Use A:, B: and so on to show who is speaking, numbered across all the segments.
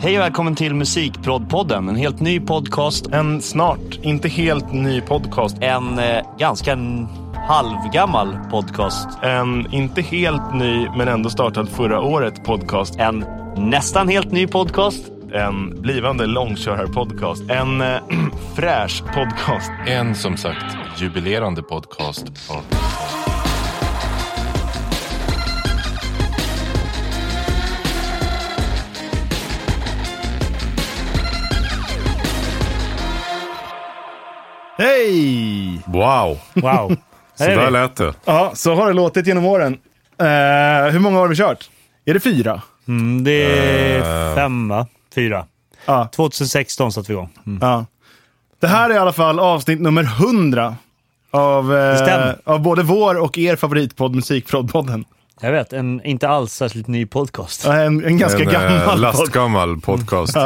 A: Hej och välkommen till Musikprodpodden, en helt ny podcast.
B: En snart, inte helt ny podcast.
A: En eh, ganska n- halvgammal podcast.
B: En inte helt ny, men ändå startad förra året podcast.
A: En nästan helt ny podcast.
B: En blivande långkörarpodcast. En eh, fräsch podcast.
C: En som sagt jubilerande podcast. Ja.
B: Hej!
D: Wow,
B: Wow.
D: så där lät det.
B: Ja, så har det låtit genom åren. Eh, hur många har vi kört? Är det fyra?
E: Mm, det
D: Eh.
E: är femma, fyra.
B: Ja.
E: 2016 satte vi igång. Mm.
B: Ja. Det här är i alla fall avsnitt nummer 100 av, eh,
E: stämmer.
B: av både vår och er favoritpodd Musikprodpodden.
E: Jag vet, en inte alls särskilt ny podcast.
B: Ja, En, en ganska
D: en eh,
B: gammal podd.
D: lastgammal podcast.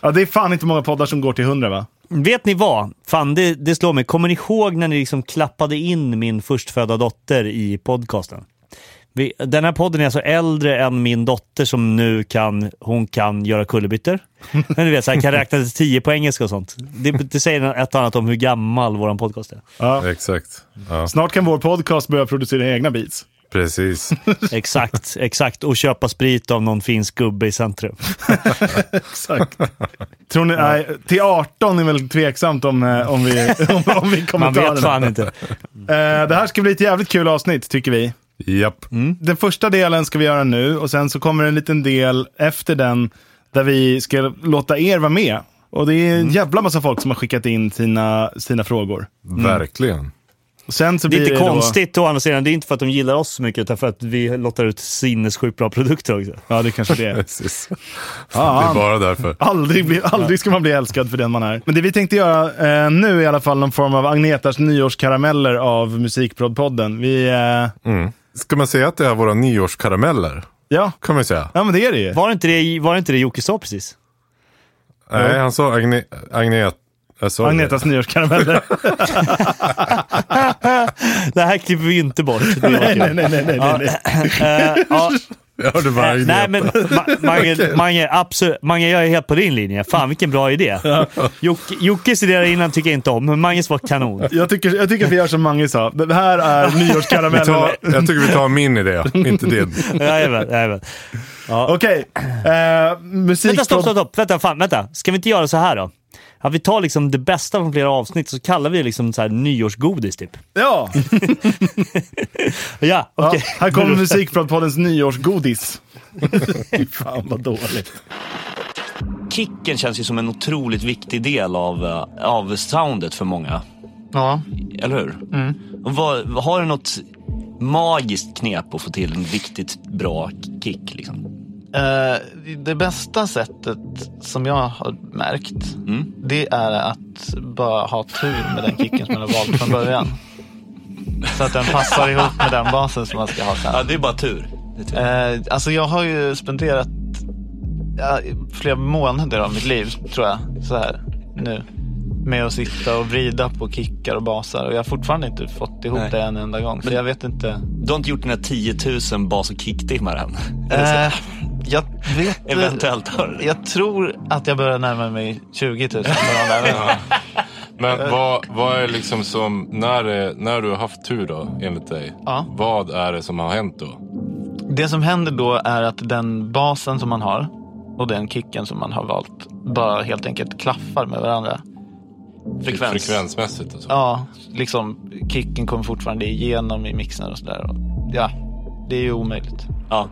B: Ja, det är fan inte många poddar som går till 100 va?
E: Vet ni vad? Fan, det, det slår mig. Kommer ni ihåg när ni liksom klappade in min förstfödda dotter i podcasten? Vi, den här podden är alltså äldre än min dotter som nu kan, hon kan göra kullerbyttor. Men du vet, så här, kan räkna till tio på engelska och sånt. Det, det säger ett och annat om hur gammal vår podcast är.
D: Exakt. Ja,
B: Snart kan vår podcast börja producera egna beats.
D: precis.
E: Exakt, exakt. Och köpa sprit av någon finsk gubbe i centrum.
B: Exakt. Tror ni, nej, till 18 är väl tveksamt om, eh, om vi, om, om vi
E: Man
B: kommentarerna.
E: vet fan inte.
B: Eh, det här ska bli ett jävligt kul avsnitt tycker vi. Mm.
D: Japp.
B: Den första delen ska vi göra nu och sen så kommer en liten del efter den där vi ska låta er vara med. Och det är
E: Mm.
B: en jävla massa folk som har skickat in sina, sina frågor.
D: Verkligen.
B: Och sen så
E: Mm. Det är
B: blir
E: inte
B: då-
E: konstigt å andra sidan. Det är inte för att de gillar oss så mycket utan för att vi lottar ut sinnessjukt bra produkter också.
B: Ja, det kanske det är.
D: Precis. Det
B: Ja,
D: är bara därför.
B: Aldrig, bli, aldrig ska man bli älskad för den man är. Men det vi tänkte göra eh, nu är i alla fall någon form av Agnetas nyårskarameller av Musikprodpodden. Vi, eh,
D: Mm. Ska man säga att det är våra nyårskarameller?
B: ja.
D: Kan man ju säga.
B: ja, men det är det ju.
E: Var det inte det, var det, inte det Jocke sa precis?
D: Nej, han sa Agne... Agne... äh, sorry.
B: Agnetas nyårskarameller.
E: Det här klipper vi inte bort. Det var
B: nej,
E: kul.
B: nej, nej, nej, nej, nej.
E: Eh, ja,
D: Jag hörde bara
E: eh,
D: Agneta.
E: nej, men Ma- Mange, Mange, absolut, Mange, jag är helt på din linje. Fan, vilken bra idé. Jocke, Jockes idé innan tycker jag inte om, men Manges var kanon.
B: Jag tycker, jag tycker att vi gör som Mange sa. Det här är
D: Vi
B: nyårskarameller.
D: tar, jag tycker vi tar min idé, inte din.
E: Jajamän, jajamän.
B: Okej, eh, musik...
E: Vänta, stopp, stopp, stopp. Vänta, fan, vänta. Ska vi inte göra så här då? Att vi tar liksom det bästa från flera avsnitt så kallar vi det liksom så här nyårsgodis typ.
B: Ja,
E: Ja,
B: ja
E: okej.
B: här kommer Musikprodpoddens nyårsgodis. Fy Fan vad dåligt.
A: Kicken känns ju som en otroligt viktig del av, eh, av soundet för många.
F: Ja,
A: Eller hur? Och Vad, har du något magiskt knep att få till en riktigt bra kick? Liksom?
F: eh, det bästa sättet som jag har märkt
A: Mm.
F: det är att bara ha tur med den kicken som man har valt från början. Så att den passar ihop med den basen som man ska ha sen.
A: Ja, det är bara tur. Det är tur.
F: Eh, alltså jag har ju spenderat ja, flera månader av mitt liv, tror jag, så här nu. Med att sitta och vrida på kickar och basar. Och jag har fortfarande inte fått ihop
A: Nej.
F: det en enda gång. Så jag vet inte.
A: Du har inte gjort dina 10 000 bas och kicktimmar än?
F: Eh, jag vet
A: Eventuellt har du det.
F: Jag tror att jag börjar närma mig 20 000.
C: Men vad, vad är liksom som, när, det- när du har haft tur då, enligt dig.
F: Ja.
C: Vad är det som har hänt då?
F: Det som händer då är att den basen som man har och den kicken som man har valt bara helt enkelt klaffar med varandra.
A: Frekvens.
C: Frekvensmässigt och så.
F: Ja, liksom kicken kommer fortfarande igenom i mixen och sådär. Och, Ja, det är ju omöjligt.
A: Ja.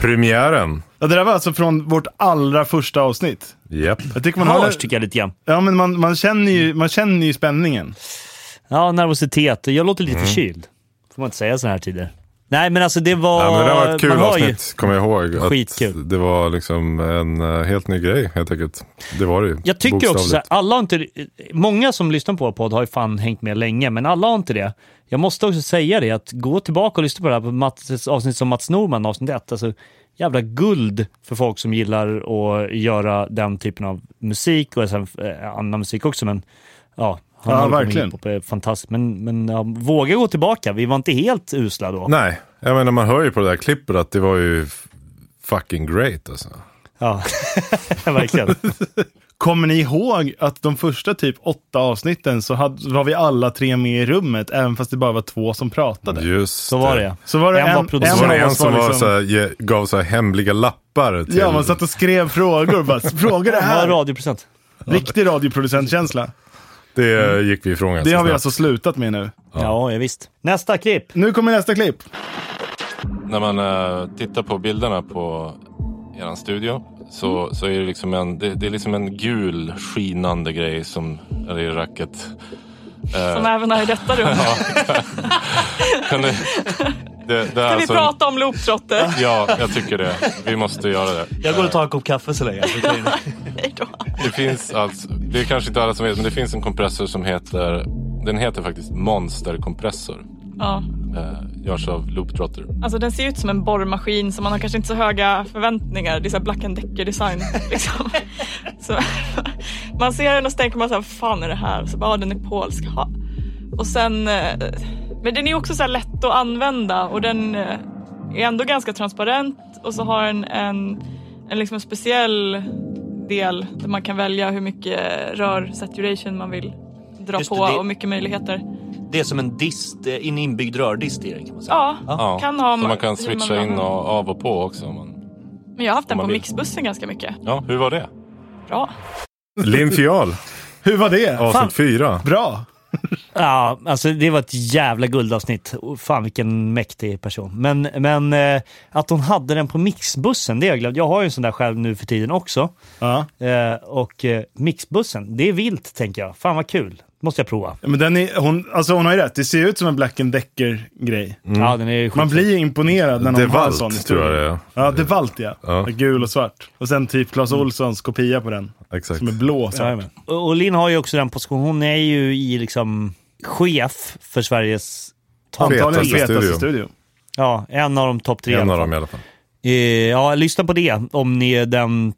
D: Premiären.
B: Ja, det där var alltså från vårt allra första avsnitt.
D: Japp.
B: Jag tycker man har...
E: Hörs tycker jag lite grann.
B: Ja, men man, man, känner ju, man känner ju spänningen.
E: Ja, nervositet. Jag låter
D: Mm.
E: lite förkyld. Får man inte säga såna här tider. Nej, men alltså det var...
D: Ja, men det var ett kul
E: man hör ju-
D: avsnitt, kommer jag ihåg. att
E: Skitkul.
D: Det var liksom en eh, helt ny grej, helt enkelt. Det var det ju.
E: Jag tycker också så här,
D: bokstavligt.
E: alla har inte... Många som lyssnar på vår podd har ju fan hängt med länge, men alla har inte det. Jag måste också säga det, att gå tillbaka och lyssna på det här på Mats, ett avsnitt som Mats Norman, avsnitt 1. Alltså, jävla guld för folk som gillar att göra den typen av musik och sen eh, annan musik också, men ja. Han
B: Ja,
E: håller på med
B: verkligen.
E: hiphop, är Fantastiskt. Men, men ja, våga gå tillbaka. Vi var inte helt usla då.
D: Nej, jag menar man hör ju på det där klippet att det var ju f- fucking great alltså.
E: Ja, verkligen.
B: Kommer ni ihåg att de första typ åtta avsnitten så hade, var vi alla tre med i rummet, även fast det bara var två som pratade.
D: Just
E: Så var det ja.
B: Så var det
E: En
B: en,
E: var
B: en,
E: producent.
D: Så var det
B: av
D: en
B: oss
D: som var
B: liksom-
D: så här, ge, gav så här hemliga lappar till...
B: Ja, man satt och skrev frågor. Bara, fråga det
E: Det var
B: här.
E: radiopresent.
B: Riktig radioproducentkänsla.
D: Det gick vi ifrån ganska
B: Det har vi
D: snabbt.
B: alltså slutat med nu.
E: Ja, ja visst. Nästa klipp.
B: Nu kommer nästa klipp.
C: När man eh, tittar på bilderna på er studio så, så är det liksom en, det, det är liksom en gul skinande grej som är i racket. Eh,
G: Som även är i detta rum.
C: Kan ni, det, det är
G: Ska vi
C: alltså-
G: prata om looptrotter?
C: Ja, jag tycker det. Vi måste göra det.
H: Jag går och tar en kopp kaffe så länge.
G: Hej då.
C: Det finns alltså, det är kanske inte alla som vet, men det finns en kompressor som heter, den heter faktiskt Monsterkompressor.
G: Ja.
C: Eh, görs av Looptrotter.
G: Alltså den ser ut som en borrmaskin så man har kanske inte så höga förväntningar. Det är så här Black and Decker-design. Liksom. Så, man ser den och så tänker man så här, vad fan är det här? Så bara, "Ja, den är polsk. Ha. Och sen, eh, men den är också så här lätt att använda och den eh, är ändå ganska transparent och så har den en, en, liksom en speciell del där man kan välja hur mycket rör saturation man vill dra
A: Just det,
G: på
A: det-
G: och mycket möjligheter.
A: Det är som en dist, eh, en inbyggd rördist i den kan man säga.
G: Ja,
C: Ja,
G: kan ha
C: så man
G: hur
C: kan switcha
G: vill
C: in
G: använda.
C: och av och på också. om Man,
G: Men jag har haft den
C: man
G: på
C: vill.
G: mixbussen ganska mycket.
C: ja, hur var det?
G: Bra.
D: Linn Fial,
B: Hur var det?
D: avsnitt fyra.
B: Bra.
E: Ja, alltså det var ett jävla guldavsnitt. Och Fan vilken mäktig person. Men, men eh, att hon hade den på mixbussen, det är jag glömt. Jag har ju en sån där själv nu för tiden också.
B: Ja.
E: Eh, och eh, mixbussen, det är vilt tänker jag. Fan vad kul. Måste jag prova.
B: Men den är, hon, alltså hon har ju rätt. Det ser ju ut som en Black and Decker-grej.
E: Mm. Ja, den är ju
B: Man
E: skit-
B: blir ju imponerad när någon har en sån
D: Devalt tror jag det är.
B: Ja, det är valt ja. Gul och svart. Och sen typ Clas Ohlsons kopia på den.
D: Exakt.
B: Som är blå och svart.
E: Mm. Jajamän. Typ. Och och Linn har ju också den positionen. Hon är ju i liksom chef för Sveriges...
B: Antagligen
D: Fetaste
B: fetaste
D: studion.
B: studio.
E: Ja, en av de topp tre. i
D: En
E: alla
D: av
E: fall.
D: dem i alla fall.
E: Eh, ja, lyssna på det om ni är den,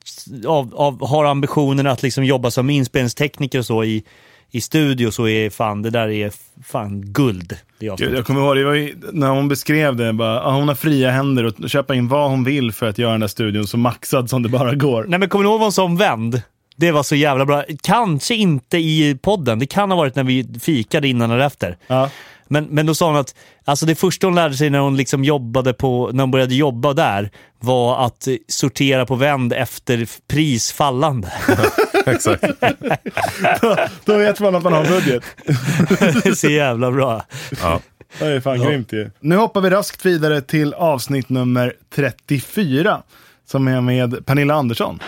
E: av, av, har ambitionen att liksom jobba som inspelningstekniker och så i, i studio så är fan, det där är fan guld. Det är
B: Gud, jag kommer ihåg, det var ju, när hon beskrev det, bara, ah, hon har fria händer och köpa in vad hon vill för att göra den där studion så maxad som det bara går.
E: Nej men kommer ni ihåg vad hon sa om vänd? Det var så jävla bra. Kanske inte i podden, det kan ha varit när vi fikade innan eller efter.
B: Ja.
E: Men, men då sa hon att alltså det första hon lärde sig när hon, liksom jobbade på, när hon började jobba där var att eh, sortera på vänd efter f- pris fallande.
D: Exakt.
B: Då vet man att man har budget.
E: Det är så jävla bra.
B: Det är fan grymt ju. Nu hoppar vi raskt vidare till avsnitt nummer 34. Som är med Pernilla Andersson.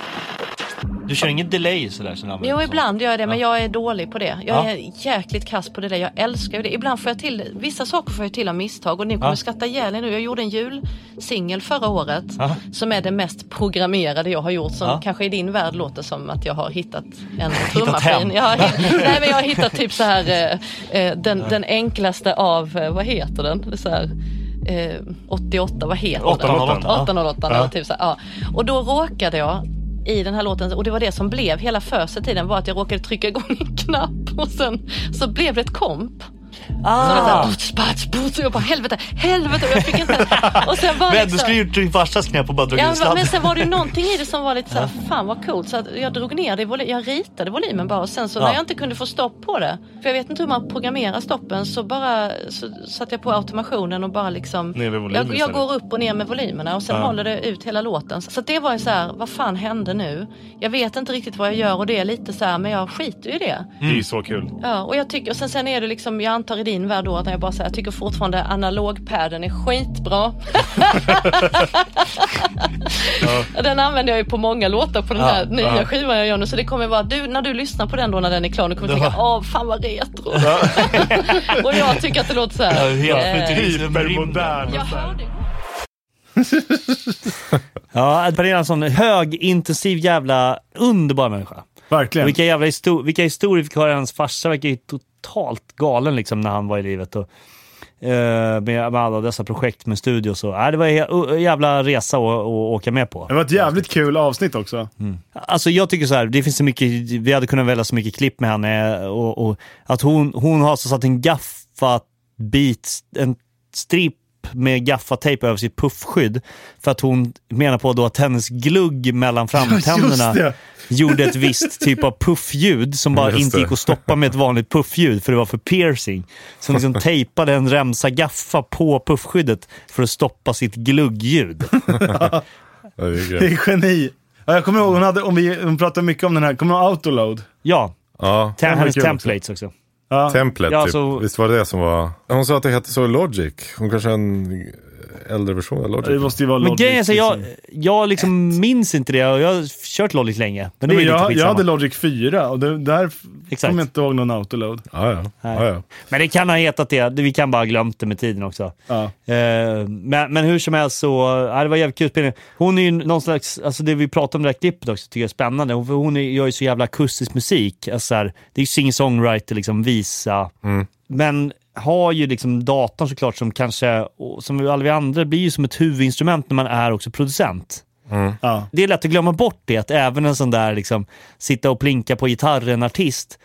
H: Du kör ingen delay sådär som du använder
I: Jo,
H: så.
I: ibland gör jag det, men jag är dålig på det. Jag
H: Ja.
I: är jäkligt kass på det där. Jag älskar ju det. Ibland får jag till Vissa saker får jag till av misstag och ni kommer skratta ihjäl er nu. Jag gjorde en julsingel förra året
H: Ja.
I: som är det mest programmerade jag har gjort. Som
H: Ja.
I: kanske i din värld låter som att jag har hittat en
H: hem.
I: trummaskin. Jag har, nej, men jag har hittat typ så här eh, eh, den, den enklaste av, eh, vad heter den? Det är så här, eh, 88, vad heter
H: 808,
I: den?
H: ja.
I: 808.
H: Ja.
I: Typ så här, ja. Och då råkade jag i den här låten, och det var det som blev hela föset i den, var att jag råkade trycka igång en knapp och sen så blev det ett komp. Så det var så
H: Ah.
I: här, boots, bats, boots, och jag bara helvete, helvete. Och jag fick inte... Och sen bara
H: Men du
I: liksom-
H: skulle gjort din farsas knep och bara dragit
I: Ja,
H: ut
I: men
H: sladden.
I: sen var det ju någonting i det som var lite så här, fan vad coolt. Så att jag drog ner det i volymen, jag ritade volymen bara och sen så när jag inte kunde få stopp på det, för jag vet inte hur man programmerar stoppen, så bara så satte jag på automationen och bara liksom,
B: Ner med volymen
I: jag, jag
B: istället.
I: går upp och ner med volymerna och sen håller det ut hela låten. Så att det var ju så här, vad fan hände nu? Jag vet inte riktigt vad jag gör och det är lite så här, men jag skiter ju i det.
B: Det är ju så kul.
I: Ja, och jag tycker, och sen, sen är det liksom, jag antar i din värld då att när jag bara säger, jag tycker fortfarande analogpadden är skitbra. Den använder jag ju på många låtar på den här nya skivan jag gör nu. Så det kommer vara, du, när du lyssnar på den då när den är klar, du kommer du tänka, åh fan vad retro. och jag tycker att det låter så här.
H: Helt
I: eh,
B: Typ.
H: futurism
I: jag hör det.
E: Ja, Pernilla Andersson, hög, intensiv jävla underbar människa.
B: Verkligen.
E: Vilka jävla histor- vilka historier vi fick höra. Hans farsa verkar ju totalt galen liksom när han var i livet. Och, eh, med, med alla dessa projekt med studio och så. Nej, det var en jä- jävla resa att, att åka med på.
B: Det var ett jävligt kul avsnitt också.
E: Alltså jag tycker så här, det finns så mycket, vi hade kunnat välja så mycket klipp med henne och, och att hon, hon har alltså satt en gaffat bit, en strip upp med gaffatejp över sitt puffskydd. För att hon menar på då att hennes glugg mellan framtänderna
B: det.
E: gjorde ett visst typ av puffljud som bara
D: Just
E: inte
D: det.
E: gick att stoppa med ett vanligt puffljud för det var för piercing. Så hon liksom tejpade en remsa gaffa på puffskyddet för att stoppa sitt gluggljud.
D: Ja, det är
B: Det
D: grymt.
B: är geni. Ja, jag kommer ihåg, hon, hade, om vi, hon pratade mycket om den här, kommer du ihåg Autoload?
E: Ja,
D: Ja,
E: tem- hennes
B: kul också.
E: templates också.
D: templet
E: Ja,
D: typ.
E: så-
D: Visst var det det som var... Hon sa att det hette så i Logic. Hon kanske är en äldre version av
B: Det
D: Logic.
B: måste ju vara
E: Men
B: Logic.
E: grejen är så jag,
B: liksom.
E: jag liksom minns inte det och jag har kört Lollit länge. Men
B: Nej,
E: det är
B: men
E: ju lite
B: jag, jag
E: skitsamma.
B: hade Logic 4 och det, där f-
E: Exakt.
B: kommer jag inte ihåg någon Autoload.
D: Ja, ja. ja, ja.
E: Men det kan ha hetat det. Vi kan bara ha glömt det med tiden också.
B: Ja.
E: Eh, men, men hur som helst så, ja, det var jävligt kul spelning. Hon är ju någon slags, alltså det vi pratade om det där klippet också tycker jag är spännande. Hon, för hon är, gör ju så jävla akustisk musik. Alltså så här, det är ju sing-songwriter, liksom visa.
D: Mm.
E: Men har ju liksom datorn såklart som kanske, och som vi- alla vi andra, blir ju som ett huvudinstrument när man är också producent.
B: Ja.
E: Det är lätt att glömma bort det, att även en sån där liksom, sitta och plinka på gitarren-artist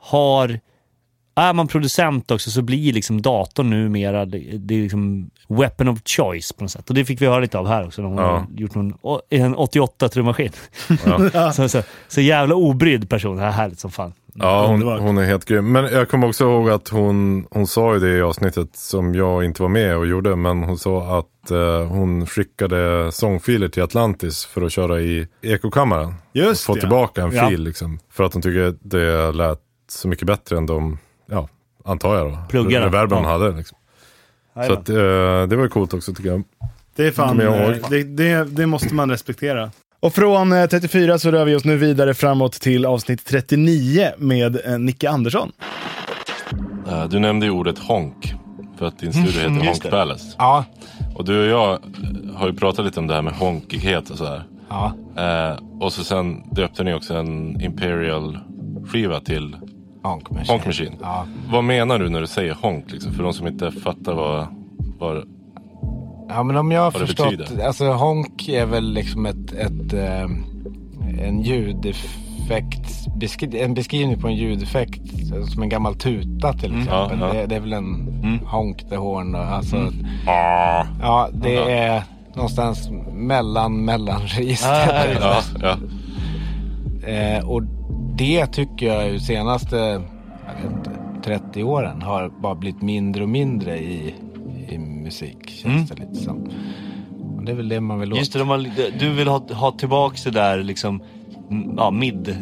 E: har är man producent också så blir liksom datorn numera det, det är liksom weapon of choice på något sätt. Och det fick vi höra lite av här också. när Hon
D: Ja.
E: har gjort någon, å- en 88-trummaskin. så, så, så jävla obrydd person. Det här är härligt som fan.
D: Ja, hon,
B: Underbart.
D: hon är helt grym. Men jag kommer också ihåg att hon, hon sa ju det i avsnittet som jag inte var med och gjorde. Men hon sa att eh, hon skickade sångfiler till Atlantis för att köra i ekokammaren.
B: Just
D: Få
B: det.
D: tillbaka en
E: Ja.
D: fil liksom. För att hon tycker att det lät så mycket bättre än de, ja, antar jag då.
E: Pluggarna.
D: Reverben
E: Ja.
D: hon hade liksom. Så
E: Jajamän.
D: att, eh, det var ju coolt också tycker jag.
B: Det är fan,
D: Kommer jag
B: eh,
D: ihåg.
B: det, det, det måste man respektera. Och från eh, 34 så rör vi oss nu vidare framåt till avsnitt 39 med eh, Nicke Andersson.
C: Eh, Du nämnde ju ordet honk. För att din studio heter
H: just
C: Honk
H: det.
C: Palace.
H: Ja,
C: Och du och jag eh, har ju pratat lite om det här med honkighet och sådär.
H: ja.
C: Eh, och så sen döpte ni också en Imperial skiva till
H: Honk machine.
C: Honk Machine.
H: Ja.
C: Vad menar du när du säger honk liksom? För de som inte fattar vad... vad
H: ja, men om jag har
C: Vad det
H: förstått.
C: betyder.
H: Alltså honk är väl liksom ett, ett ehm, en ljudeffekt, beskri- en beskrivning på en ljudeffekt. alltså, Som en gammal tuta till
C: Mm.
H: exempel.
C: Ja, Mm. ja.
H: Det, det är väl en honk the horn. och Alltså, Ja, det är någonstans mellan mellanregistret.
C: ja, ja.
H: Eh, och det tycker jag ju senaste jag vet inte, 30 åren har bara blivit mindre och mindre i, i musik. Känns det lite som. Och det är väl det man vill åt.
E: Mm. Just det, de har, du vill ha, ha tillbaks det där liksom, m- ja, mid,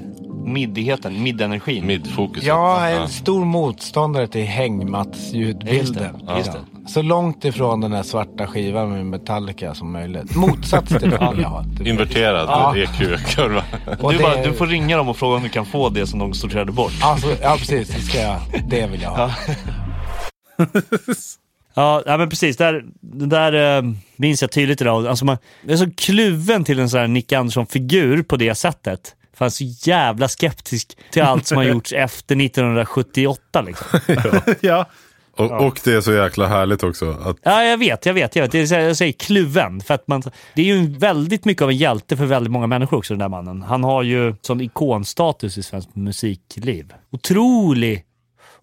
E: middigheten, middenergin.
C: Midfokuset.
H: Jag är en stor motståndare till
E: Just det,
H: hängmattsljudbilden.
E: just det.
H: Så långt ifrån den här svarta skivan med Metallica som möjligt. Motsats till det vill jag ha.
C: Inverterad
H: Ja.
C: EQ-kurva.
H: Och
E: Du,
H: det-
E: bara, du får ringa dem och fråga om du kan få det som de sorterade bort.
H: Ja, så- ja, precis. Det, ska jag, Alltså, det vill jag ha.
E: Ja, ja men precis. Där, det där eh, minns jag tydligt idag. Alltså man, jag är så kluven till en sån här Nick Andersson-figur på det sättet. För han är så jävla skeptisk till allt som har gjorts efter 1978. Liksom.
B: ja.
D: Och, och det är så jäkla härligt också. Att,
E: Ja, jag vet, jag vet. Jag, vet. Det är, så här- jag säger kluven. För att man, det är ju en- väldigt mycket av en hjälte för väldigt många människor också, den där mannen. Han har ju sån ikonstatus i svenskt musikliv. Otrolig,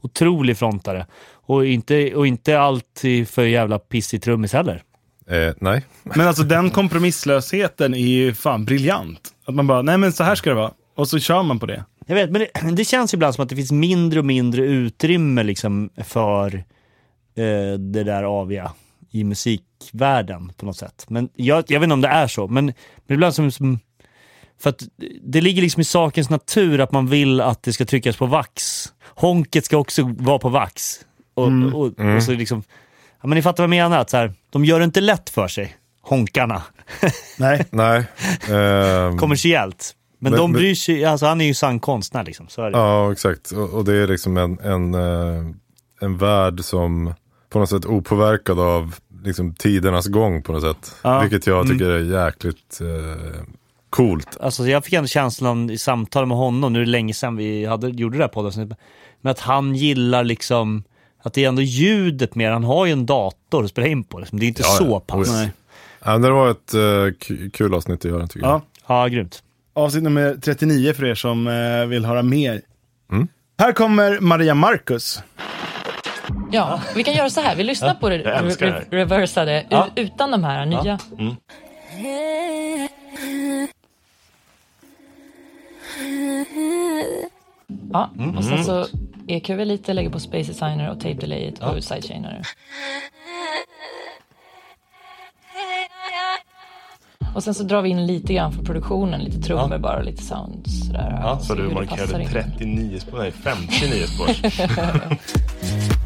E: otrolig frontare. Och inte, och inte alltid för jävla pissig trummis heller.
D: eh, nej.
B: Men alltså den kompromisslösheten är ju fan briljant. Att man bara, nej men så här ska det vara. Och så kör man på det.
E: Jag vet, men det, det känns ibland som att det finns mindre och mindre utrymme liksom för eh, det där aviga i musikvärlden på något sätt. Men jag, jag vet inte om det är så, men, men ibland som, som... För att det ligger liksom i sakens natur att man vill att det ska tryckas på vax. Honket ska också vara på vax. Och,
D: Mm.
E: och, och, så liksom... Ja, men ni fattar vad jag menar, att så här, de gör det inte lätt för sig, honkarna,
B: Nej.
D: Nej. Ehm,
E: kommersiellt. Men,
D: Men-
E: de
D: men-
E: bryr sig, alltså han är ju sann konstnär liksom. Så är det.
D: Ja, exakt. Och, och det är liksom en, en, eh, en värld som på något sätt opåverkad av liksom, tidernas gång på något sätt. Vilket jag
E: Mm.
D: tycker är jäkligt eh, coolt.
E: alltså jag fick ändå känslan i samtal med honom, nu är det länge sedan vi hade, gjorde det här poddavsnittet, men att han gillar liksom att det är ändå ljudet mer. Han har ju en dator att spela in på. Liksom. Det är inte
D: Ja, ja.
E: så pass.
D: Oh, ja. Ja, men det var ett eh, k- kul avsnitt att göra tycker
B: Ja.
D: jag.
E: Ja, grymt.
B: Avsnitt nummer 39 för er
A: Mm.
B: som eh, vill höra mer. Här kommer Maria Marcus.
I: Ja, vi kan göra så här. Vi lyssnar på det,
A: jag älskar det här.
I: re- reversade u-
E: Ja.
I: utan de här nya. Ja, och sen så EQar vi lite, lägger på Space Designer och Tape Delayet och Sidechainer. Och sen så drar vi in lite grann för produktionen, lite trummor bara och lite sound sådär.
A: Ja,
I: och
A: så
I: hur
A: du
I: det passar
A: markerade
I: in.
A: 39 spår, nej 59 spår.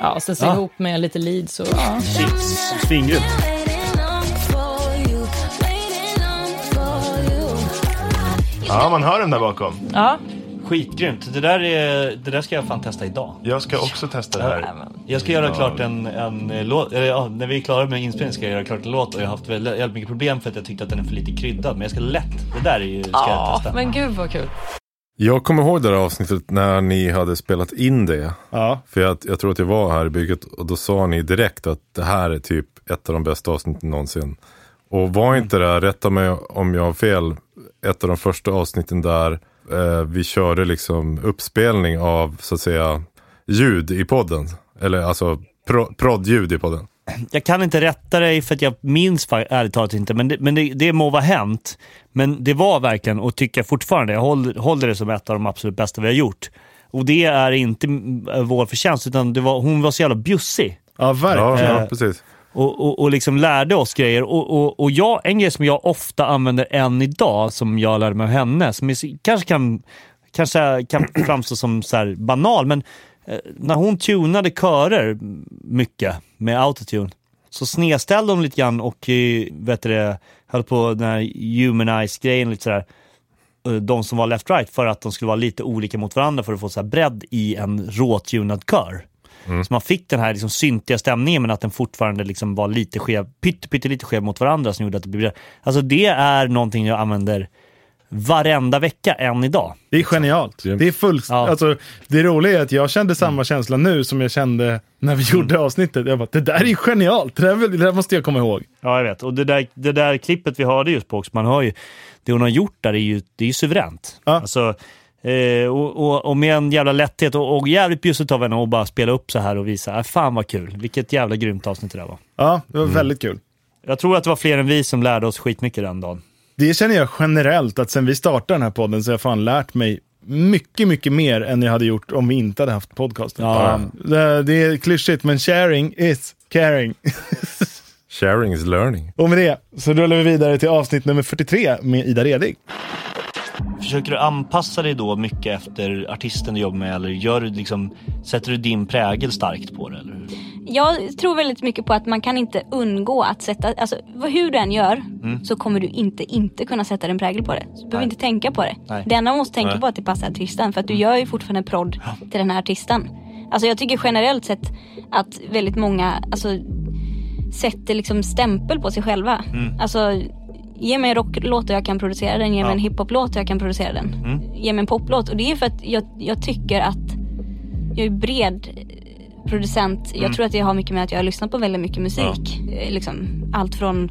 I: Ja, och sen så ihop med lite leads och ja.
E: Svingrymt.
A: Ja, man hör den där bakom.
I: ja.
E: Skitgrymt. Det där, är, det där ska jag fan testa idag.
A: Jag ska också testa det här.
E: Jag ska göra klart en, en eh, låt, eller ja, när vi är klara med inspelningen ska jag göra klart en låt och jag har haft väldigt, jävligt mycket problem för att jag tyckte att den är för lite kryddad. Men jag ska lätt, det där är ju, ska jag
I: Ja,
E: testa.
I: men gud vad kul.
D: Jag kommer ihåg det där avsnittet när ni hade spelat in det.
B: Ja.
D: För jag, jag tror att jag var här i bygget och då sa ni direkt att det här är typ ett av de bästa avsnitten någonsin. Och var
E: Mm.
D: inte det, här, rätta mig om jag har fel, ett av de första avsnitten där eh, vi körde liksom uppspelning av så att säga ljud i podden. Eller alltså pro, proddljud i podden.
E: Jag kan inte rätta dig för att jag minns fa- ärligt talat inte, men det, men det, det må vara hänt. Men det var verkligen, och tycker jag fortfarande, jag håller, håller det som ett av de absolut bästa vi har gjort. Och det är inte mm, vår förtjänst, utan det var, hon var så jävla bjussig.
B: Ja, verkligen.
D: Ja,
E: Eh.
D: ja precis.
E: och, och, och liksom lärde oss grejer. Och, och, och jag, en grej som jag ofta använder än idag, som jag lärde mig av henne, som är, så- kanske kan, kanske kan framstå som så här banal, men eh, när hon tunade körer mycket med autotune, så snedställde hon lite grann och eh, vet du, det, höll på den här humanize-grejen och lite sådär eh, de som var left-right för att de skulle vara lite olika mot varandra för att få så här bredd i en råtunad kör. Så man fick den här liksom syntiga stämningen men att den fortfarande liksom var lite skev, pytte, pytte lite skev mot varandra som gjorde att det blev Alltså det är någonting jag använder varenda vecka än idag.
B: Det är genialt. Det är Mm. fullt...
E: Ja.
B: Alltså, det roliga är att jag kände samma känsla nu som jag kände när vi gjorde avsnittet. Jag bara, det där är ju genialt. Det där, vill- det där måste jag komma ihåg.
E: Ja, jag vet. Och det där, det där klippet vi hörde just på också, man hör ju, det hon har gjort där är ju, det är ju suveränt.
B: Ja.
E: Alltså, eh, och, och, och med en jävla lätthet och, och jävligt bjussigt av henne att bara spela upp så här och visa, ah, fan vad kul, vilket jävla grymt avsnitt det där var.
B: Ja, det var väldigt kul.
E: Jag tror att det var fler än vi som lärde oss skitmycket den dagen.
B: Det känner jag generellt att sen vi startade den här podden så har jag fan lärt mig mycket, mycket mer än jag hade gjort om vi inte hade haft podcasten.
E: Ja.
B: Det, det är klyschigt, men sharing is caring.
D: Sharing is learning.
B: Och med det så rullar vi vidare till avsnitt nummer 43 med Ida Redig.
E: Försöker du anpassa dig då mycket efter artisten du jobbar med eller gör du liksom, sätter du din prägel starkt på det? Eller? hur?
J: Jag tror väldigt mycket på att man kan inte undgå att sätta, alltså vad- hur du än gör
E: Mm.
J: så kommer du inte inte kunna sätta din prägel på det. Så du behöver inte tänka på det.
E: Nej. Mm.
J: Det enda man måste tänka på är att det passar artisten för att du gör ju fortfarande prodd till den här artisten. Alltså jag tycker generellt sett att väldigt många alltså, sätter liksom stämpel på sig själva.
E: Mm.
J: Alltså ge mig en rocklåt och jag kan producera den, ge mig en hiphop-låt och jag kan producera den. Ge mig en poplåt och det är för att jag, jag tycker att jag är bred eh, producent. Jag
E: Mm.
J: tror att det har mycket med att jag har lyssnat på väldigt mycket musik. Eh, Liksom, allt från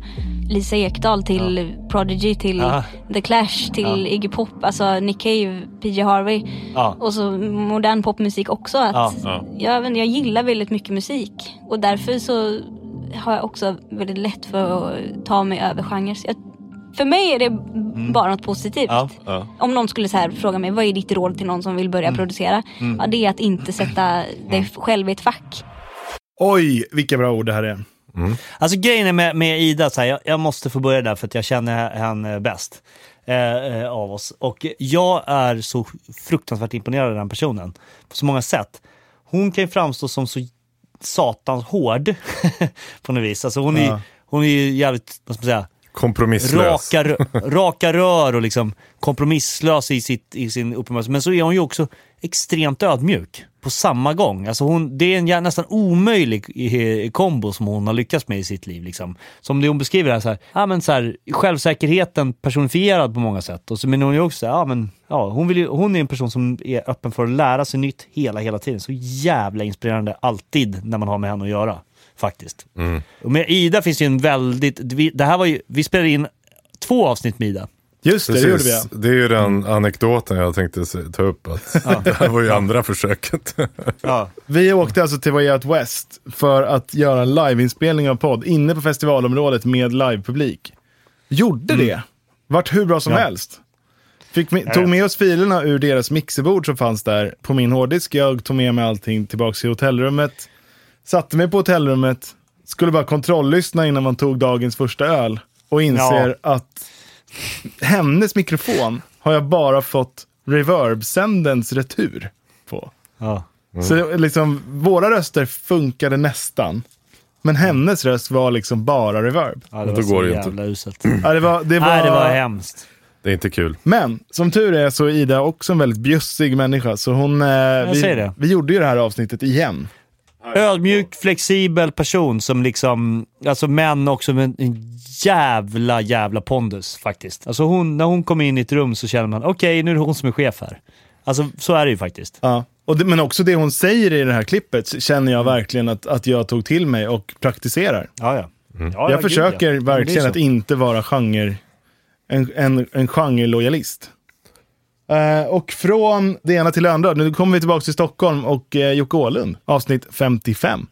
J: Lisa Ekdahl till Prodigy till
E: Ja.
J: The Clash till Iggy Pop, alltså Nick Cave, PJ Harvey.
E: Ja.
J: Och så modern popmusik också. Att
E: Ja.
J: Jag, vet inte, jag gillar väldigt mycket musik och därför så har jag också väldigt lätt för att ta mig över genrer. Så Jag, för mig är det b- bara något positivt.
E: Mm. Ja,
J: Om någon skulle så här fråga mig, vad är ditt råd till någon som vill börja producera? Ja, det är att inte sätta dig själv i ett fack.
B: Oj, vilka bra ord det här är.
E: Alltså grejen är med, med Ida, så här, jag, jag måste få börja där för att jag känner he- henne bäst eh, eh, av oss. Och jag är så fruktansvärt imponerad av den personen på så många sätt. Hon kan ju framstå som så satans hård på något vis. Alltså hon är,
B: Ja.
E: hon är ju jävligt, vad ska man säga,
D: Kompromisslös.
E: raka, rö- raka rör och liksom kompromisslös i, sitt, i sin uppenbarelse. Men så är hon ju också extremt ödmjuk. på samma gång. Alltså hon, det är en jä- nästan omöjlig eh, kombo som hon har lyckats med i sitt liv. Liksom. Som det hon beskriver här, så här, ja, men så här självsäkerheten personifierad på många sätt. Och så, men hon är också så här, ja, men, ja, hon, vill ju, hon är en person som är öppen för att lära sig nytt hela, hela tiden. Så jävla inspirerande alltid när man har med henne att göra. Faktiskt.
D: Mm.
E: Och med Ida finns ju en väldigt, vi, det här var ju, vi spelade in två avsnitt med Ida.
B: Just det, det gjorde vi. ja.
D: Precis. Det är ju den anekdoten jag tänkte se- ta upp. Att Det här var ju andra försöket.
E: Ja.
B: Vi åkte alltså till Way Out West för att göra en liveinspelning av podd inne på festivalområdet med livepublik. Gjorde det. Vart hur bra som
E: Ja.
B: helst. Fick med, tog med oss filerna ur deras mixerbord som fanns där på min hårddisk. Jag tog med mig allting tillbaka till hotellrummet. Satte mig på hotellrummet. Skulle bara kontrolllyssna innan man tog dagens första öl. Och inser att hennes mikrofon har jag bara fått reverb-sändens retur på.
E: Ja.
D: Mm.
B: Så det, var liksom, våra röster funkade nästan. Men hennes röst var liksom bara reverb.
E: Ja, det
D: Mm. Då
E: var
D: går
E: så
D: det ju inte. Mm.
E: jävla uselt.
B: Ja, det var, det var...
E: Nej, det var hemskt.
D: Det är inte kul.
B: Men som tur är så är Ida också en väldigt bjussig människa. Så hon, eh,
E: säger
B: vi,
E: det.
B: vi gjorde ju det här avsnittet igen.
E: Ödmjuk, flexibel person som liksom, alltså men också med en jävla, jävla pondus faktiskt. Alltså hon, när hon kommer in i ett rum så känner man, okej nu är det hon som är chef här. Alltså så är det ju faktiskt.
B: Ja. Och det, men också det hon säger i det här klippet känner jag
D: Mm.
B: verkligen att, att jag tog till mig och praktiserar.
E: Ja, ja. Ja, ja,
B: jag
E: gud,
B: försöker
E: ja. Men det är liksom-
B: verkligen
E: så.
B: att inte vara genre, en, en, en genrelojalist. Eh, och från det ena till det andra. Nu kommer vi tillbaka till Stockholm och eh, Jocke Åhlund, avsnitt 55.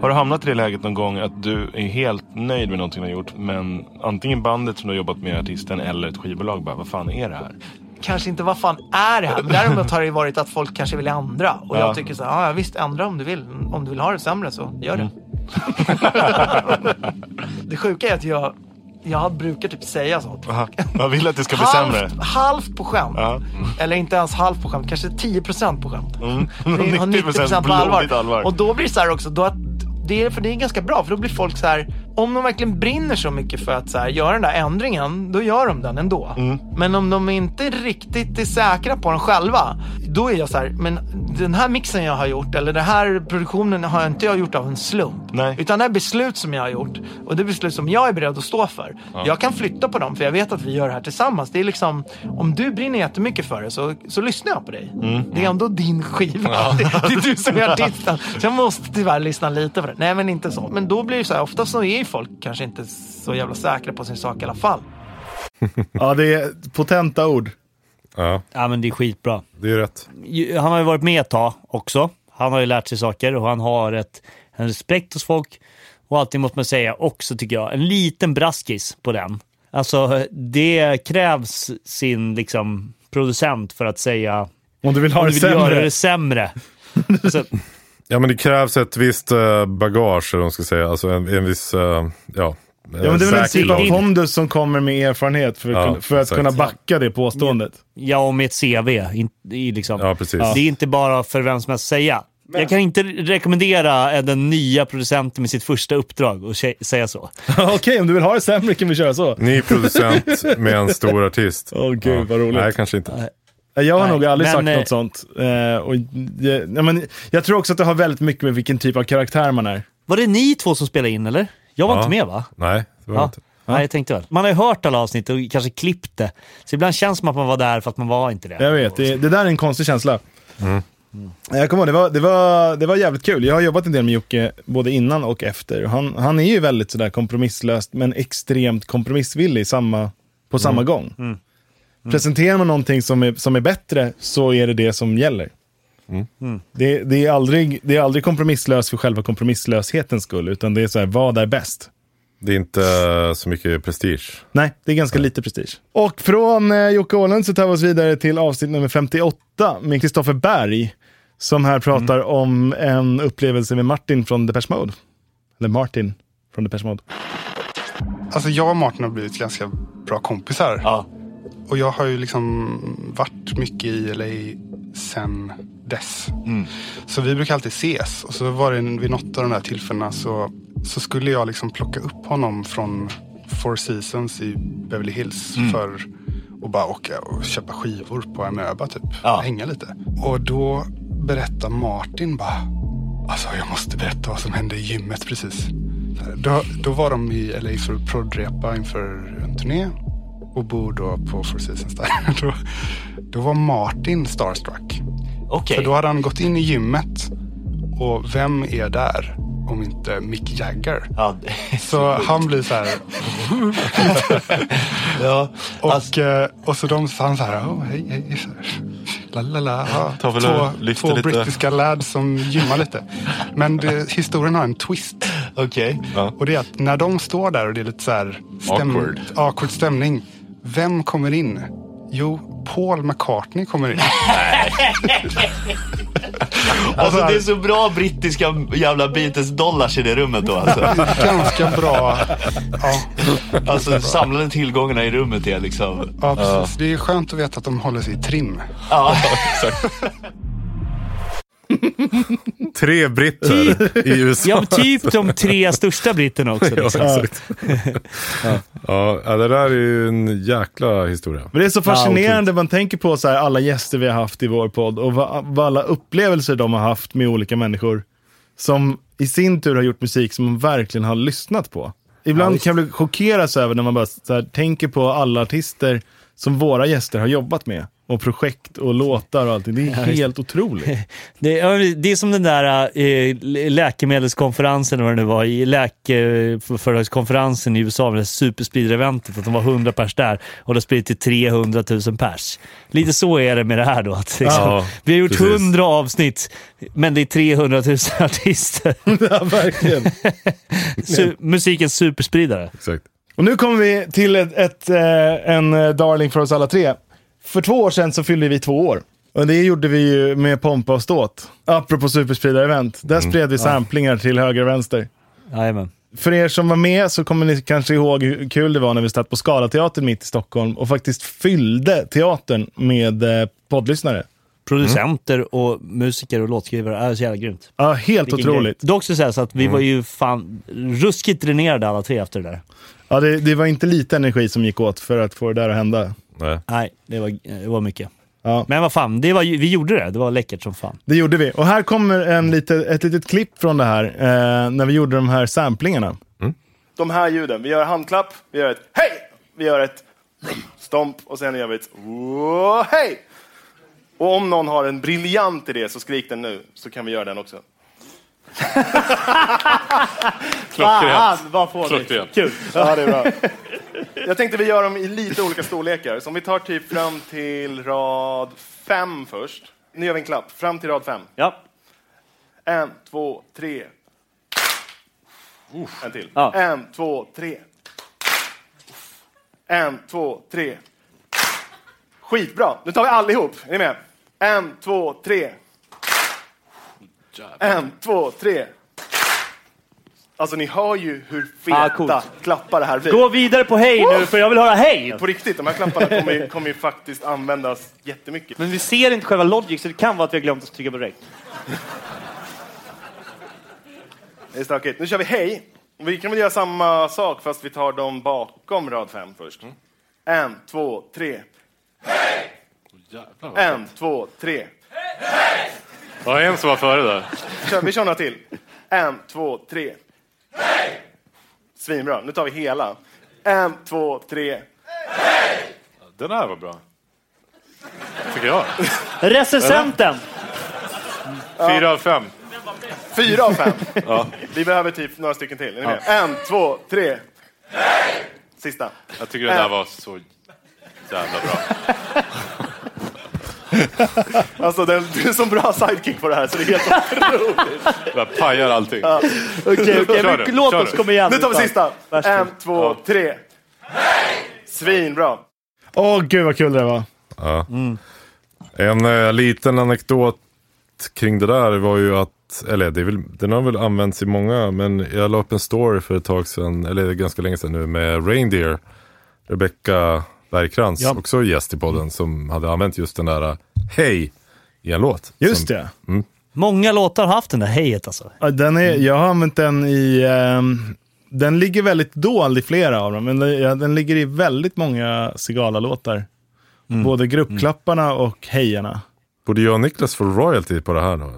C: Har du hamnat i det läget någon gång att du är helt nöjd med någonting du har gjort men Mm, antingen bandet som du har jobbat med, artisten eller ett skivbolag bara, vad fan är det här?
K: kanske inte vad fan är det här? Men däremot har det ju varit att folk kanske vill ändra. Och
C: Ja.
K: jag tycker så här, ja visst ändra om du vill. Om du vill ha det sämre så gör det.
B: Mm.
K: det sjuka är att jag, jag brukar typ säga sånt.
C: Aha. Man vill att det ska bli sämre.
K: Halvt, halvt på skämt.
C: Ja.
K: Eller inte ens halvt på skämt, kanske 10% på skämt.
C: Mm.
K: Vi har 90% på
C: blodigt
K: allvar.
C: allvar.
K: Och då blir det så här också, då att, det är, för det är ganska bra, för då blir folk så här, om de verkligen brinner så mycket för att så här, göra den där ändringen, då gör de den ändå.
C: Mm.
K: Men om de inte riktigt är säkra på den själva, då är jag så här, men den här mixen jag har gjort, eller den här produktionen har jag inte jag gjort av en slump.
C: Nej.
K: Utan det är beslut som jag har gjort, och det är beslut som jag är beredd att stå för. Jag kan flytta på dem, för jag vet att vi gör det här tillsammans. Det är liksom, om du brinner jättemycket för det, så, så lyssnar jag på dig. Det är ändå din skiva. Det, det är du som är artisten. Så jag måste tyvärr lyssna lite på det. Nej, men inte så. Men då blir det så här, ofta så är ju folk kanske inte så jävla säkra på sin sak i alla fall.
B: Ja, det är potenta ord.
D: Ja,
E: Ja men det är skitbra.
D: det är ju rätt.
E: ju- han har ju varit med ett tag också. Han har ju lärt sig saker och han har ett, en respekt hos folk. Och alltid måste man säga också, tycker jag, en liten braskis på den. Alltså, det krävs sin liksom, producent för att säga
B: Om du vill ha
E: om
B: det
E: du vill göra
B: sämre.
E: det sämre. Alltså,
D: Ja, men det krävs ett visst eh, bagage, eller vad man ska säga. Alltså en, en viss, eh, ja.
B: Ja, men det är väl en typ av
E: Säkert.
B: pondus som kommer med erfarenhet för,
D: Ja,
B: för att
D: exakt.
B: kunna backa det påståendet.
E: ja, och med ett CV. In, i, liksom.
D: Ja, precis.
E: Det är inte bara för vem som helst att säga. Jag kan inte rekommendera eh, den nya producenten med sitt första uppdrag att sä- säga så.
B: Okej, om du vill ha det sämre kan vi köra så.
D: Ny producent med en stor artist.
B: Åh, gud, vad roligt.
D: Nej, kanske inte.
B: Jag har
E: Nej,
B: nog aldrig
E: men,
B: sagt
E: eh,
B: något sånt. Eh, och, jag, ja, men, jag tror också att det har väldigt mycket med vilken typ av karaktär man är.
E: Var det ni två som spelade in eller? Jag var
D: Ja.
E: inte med va?
D: Nej, det var
E: Ja.
D: inte.
E: Nej, jag tänkte väl. Man har ju hört alla avsnitt och kanske klippt det. Så ibland känns det som att man var där för att man var inte det.
B: Jag vet, det, det där är en konstig känsla. Eh, Jag kommer ihåg, det var, det, var, det var jävligt kul. Jag har jobbat en del med Jocke både innan och efter. Han, han är ju väldigt sådär kompromisslöst, men extremt kompromissvillig samma,
E: Mm.
B: på samma gång. Mm. Presenterar man någonting som är, som är bättre så är det det som gäller.
E: Mm.
B: Det, det, är aldrig, det är aldrig kompromisslöst för själva kompromisslöshetens skull, utan det är så här, vad är bäst?
D: Det är inte eh, så mycket prestige.
B: Nej, det är ganska lite prestige. Och från eh, Jocke Åhlund så tar vi oss vidare till avsnitt nummer 58 med Kristoffer Berg. Som här pratar om en upplevelse med Martin från Depeche Mode. Eller Martin från Depeche Mode.
L: Alltså jag och Martin har blivit ganska bra kompisar.
E: Ja.
L: Och jag har ju liksom varit mycket i LA sen dess.
E: Mm.
L: Så vi brukar alltid ses. Och så var det en- vid något av de där tillfällena så, så skulle jag liksom plocka upp honom från Four Seasons i Beverly Hills för och bara åka och köpa skivor på Amöba typ. Hänga lite. Och då berättar Martin bara, alltså jag måste berätta vad som hände i gymmet precis. Så här, Då, då var de i LA för att prodrepa inför en turné och bor då på Four Seasons där. Då, då var Martin starstruck.
A: Okej.
L: För då hade han gått in i gymmet och vem är där om inte Mick Jagger? så han blir så här. och,
A: alltså-
L: eh, och så de sa han så här, oh, hej, hej, så här. La, la, la. Ja,
C: Ta väl
L: två
C: och lyfter
L: två
C: lite.
L: brittiska lads som gymmar lite. Men det, historien har en twist.
A: Okej.
L: Och det är att när de står där och det är lite så här
C: Awkward.
L: awkward stämning. Vem kommer in? Jo, Paul McCartney kommer in.
A: Alltså det är så bra brittiska jävla Beatles-dollars i det rummet då alltså.
L: Ganska bra. Ja,
A: Alltså samlade tillgångarna i rummet är liksom...
L: ja precis. Det är skönt att veta att de håller sig i trim.
A: Ja.
D: Tre britter i USA.
E: Ja, typ de tre största britterna också.
D: Ja,
E: Liksom.
D: exakt. ja, ja, det där är ju en jäkla historia.
B: Men det är så
E: Ja,
B: fascinerande. Man tänker på så här, alla gäster vi har haft i vår podd och vad, vad alla upplevelser de har haft med olika människor. Som i sin tur har gjort musik som man verkligen har lyssnat på. Ibland kan jag bli chockeras över när man bara så här, tänker på alla artister som våra gäster har jobbat med. Och projekt och låtar och allting. Det är helt otroligt.
E: Det, är- det är som den där eh, läkemedelskonferensen, eller vad det nu var, i läkeföretagskonferensen i USA, med det superspeed-eventet, att de var 100 pers där och det spridit till 300 000 pers. Lite så är det med det här då. Att, liksom,
D: Ja,
E: vi har gjort
D: precis.
E: 100 avsnitt, men det är 300 000 artister.
B: ja, verkligen.
E: Su- musikens superspridare.
D: Exakt.
B: Och nu kommer vi till ett, ett, eh, en eh, darling för oss alla tre. För två år sedan så fyllde vi två år. Och det gjorde vi ju med pompa och ståt. Apropå superspridarevent. Där spred vi samplingar till höger och vänster.
E: Mm. Jajamän.
B: För er som var med så kommer ni kanske ihåg hur kul det var när vi satt på Scalateatern mitt i Stockholm och faktiskt fyllde teatern med eh, poddlyssnare.
E: Producenter och musiker och låtskrivare är så jävla grymt.
B: Ja, helt
E: Vilken
B: otroligt.
E: grej. Dock ska sägas att vi
D: Mm.
E: var ju fan ruskigt dränerade alla tre efter det där.
B: Ja, det, det var inte lite energi som gick åt för att få det där att hända.
D: Nej.
E: Nej, det var, det var mycket.
B: Ja.
E: Men vad fan, det var, ju- vi gjorde det. Det var läckert som fan.
B: Det gjorde vi. Och här kommer en lite, ett litet klipp från det här, eh, när vi gjorde de här samplingarna. De här ljuden. Vi gör handklapp, vi gör ett hej, vi gör ett stomp och sen gör vi ett "Åh, hej. Och om någon har en briljant idé så skrik den nu, så kan vi göra den också.
C: Klockrent.
E: vad fånigt.
C: Klockrent.
E: Kul.
B: Ja, det är bra. Jag tänkte vi gör dem i lite olika storlekar. Så om vi tar typ fram till rad fem först. Nu gör vi en klapp. Fram till rad fem.
E: Ja.
B: En, två, tre. En till.
E: Ja.
B: En, två, tre. En, två, tre. Skitbra! Nu tar vi allihop. Är ni med? En, två, tre. En, två, tre. Alltså ni hör ju hur
E: Ah,
B: feta
E: coolt.
B: klappar det här blir.
E: Gå vidare på hej nu, för jag vill höra hej!
B: På riktigt, de här klapparna kommer ju, kommer ju faktiskt användas jättemycket.
E: Men vi ser inte själva logic, så det kan vara att vi har glömt att trycka på räck.
B: Det är stökigt. Nu kör vi hej. Vi kan väl göra samma sak fast vi tar dem bakom rad fem först. En, två, tre. Hej! En, två, tre.
C: Det var en som var före där.
B: Kör, vi kör några till. En, två, tre. Hej! Svinbra. Nu tar vi hela. En, två, tre.
C: Den här var bra. Tycker jag.
E: Recensenten!
C: Fyra av fem.
B: Fyra av fem. Vi behöver typ några stycken till. Är ni med? En, två, tre. Hej! Sista.
C: Jag tycker det där var så jävla bra.
B: Alltså, det är en sån bra sidekick på det här så det är helt
C: Det där pajar allting.
E: Okej, okej,
C: Kör
E: men
C: nu,
E: låt
C: kör
E: oss
C: nu.
E: komma igen.
B: Nu tar vi sista.
E: Värsta.
B: En, två, tre. Svinbra. Åh, gud vad kul det var.
D: En eh, liten anekdot kring det där var ju att, eller det är väl, den har väl använts i många, men jag la upp en story för ett tag sedan, eller ganska länge sedan nu, med Reindeer, Rebecca Bergkrantz, också gäst i podden, som hade använt just den där eh, Hej i en låt.
B: Just
D: som, Mm.
B: det.
E: Många låtar har haft den där hejet alltså.
B: Ja, Den är, jag har använt den i... ehm, den ligger väldigt dold i flera av dem, men den, ja, den ligger i
E: Mm.
B: väldigt många Cigala-låtar. Både gruppklapparna och hejarna.
D: Borde jag och Niklas få royalty på det här då?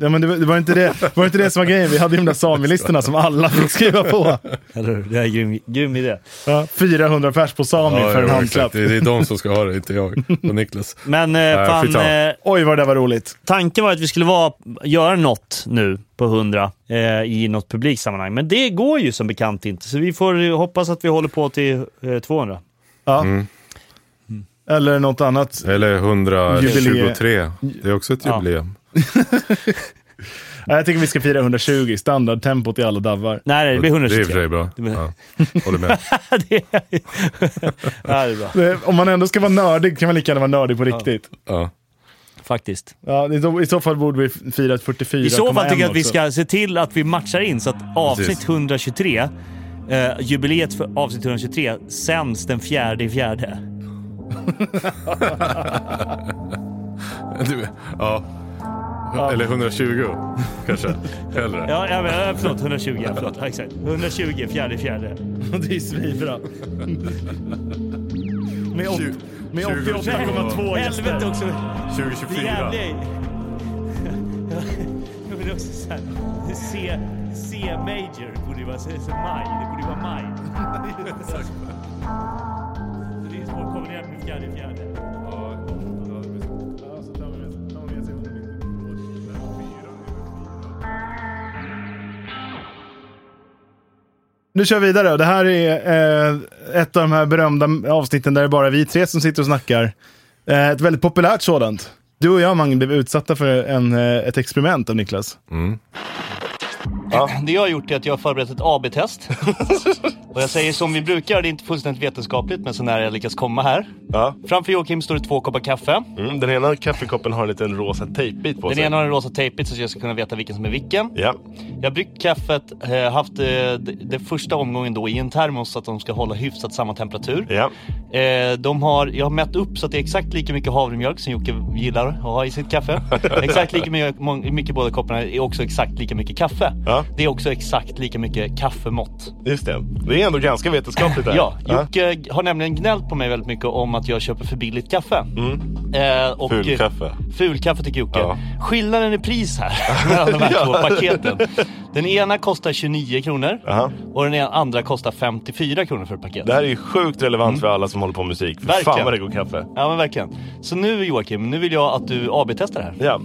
B: Ja, men det, var- det, var inte det, var inte det som var grejen. Vi hade ju de där samilistorna som alla fick skriva på.
E: Eller hur? Det är en grym, grym idé.
B: Ja, 400 pers på sami för en
D: exakt.
B: handklapp.
D: Det är de som ska ha det, inte jag och Niklas.
E: Men eh,
D: Nej,
E: fan,
D: skitsamma.
E: eh,
B: Oj, vad det var roligt.
E: tanken var att vi skulle vara, göra något nu på 100 eh, i något publiksammanhang. Men det går ju som bekant inte, så vi får eh, hoppas att vi håller på till eh, 200.
B: Ja. Eller något annat.
D: Mm. Eller 123.
B: Jubileum.
D: Det är också ett
E: Ja.
D: jubileum.
B: Nej, Jag tycker vi ska fira 120 standardtempot i alla davar.
E: Nej, nej, det blir
D: Det är i och
E: 123.
D: för sig bra.
E: Det blir-
D: Ja. Håller med.
E: det, ja, det är bra.
B: Det- Om man ändå ska vara nördig kan man lika gärna vara nördig på riktigt.
D: Ja.
E: Faktiskt.
B: Ja, i, så, I så fall borde vi fira ett 44,1
E: I så fall tycker jag att vi
B: också.
E: ska se till att vi matchar in så att avsnitt
D: Precis.
E: 123, eh, jubileet för avsnitt 123, sänds den fjärde i fjärde.
D: Du, ja. Eller 120 kanske. Hellre.
E: Ja, ja, men, ja, förlåt. 120. ja, Förlåt. Ja, exakt. 120, fjärde i fjärde.
B: Det är svinbra. med åt- med 88,2
E: Helvete
B: gäster.
E: också. Det
D: 2024.
E: jävliga är... Jag vill också så här, C, C major borde ju vara så, så maj. Det borde ju vara maj. Så det är svårt kombinerat med fjärde i fjärde.
B: Nu kör vi vidare. Det här är eh, ett av de här berömda avsnitten där det bara är vi tre som sitter och snackar. Eh, ett väldigt populärt sådant. Du och jag, Mange, blev utsatta för en, eh, ett experiment av Niklas.
M: Mm.
E: Det jag har gjort är att jag har förberett ett AB-test. och jag säger som vi brukar, det är inte fullständigt vetenskapligt men så nära jag lyckas komma här.
M: Ja.
E: Framför Joakim står det två koppar kaffe.
M: Mm, den ena kaffekoppen har en liten rosa tejpbit på
E: Den
M: sig.
E: ena har en rosa tejpbit så jag ska kunna veta vilken som är vilken.
M: Ja.
E: Jag har bryggt kaffet, eh, haft eh, d- den första omgången då i en termos så att de ska hålla hyfsat samma temperatur.
M: Ja.
E: Eh, de har, jag har mätt upp så att det är exakt lika mycket havremjölk som Jocke gillar att ha i sitt kaffe. exakt lika mycket, må- mycket båda kopparna är också exakt lika mycket kaffe.
M: Ja.
E: Det är också exakt lika mycket kaffemått.
M: Just det. Det är ändå ganska vetenskapligt där.
E: Ja, Jocke har nämligen gnällt på mig väldigt mycket om att jag köper för billigt kaffe. Eh, och,
C: Fulkaffe.
E: Fulkaffe tycker Jocke.
M: Mm. Ja.
E: Skillnaden i pris här mellan de här två paketen. Den ena kostar 29 kronor
M: Aha.
E: och den andra kostar 54 kronor för ett paket.
M: Det här är ju sjukt relevant
B: Mm.
M: för alla som håller på med musik. För fan
E: Verkligen.
M: vad det går kaffe.
E: Ja men verkligen. Så nu Joakim, nu vill jag att du AB-testar det här.
M: Ja.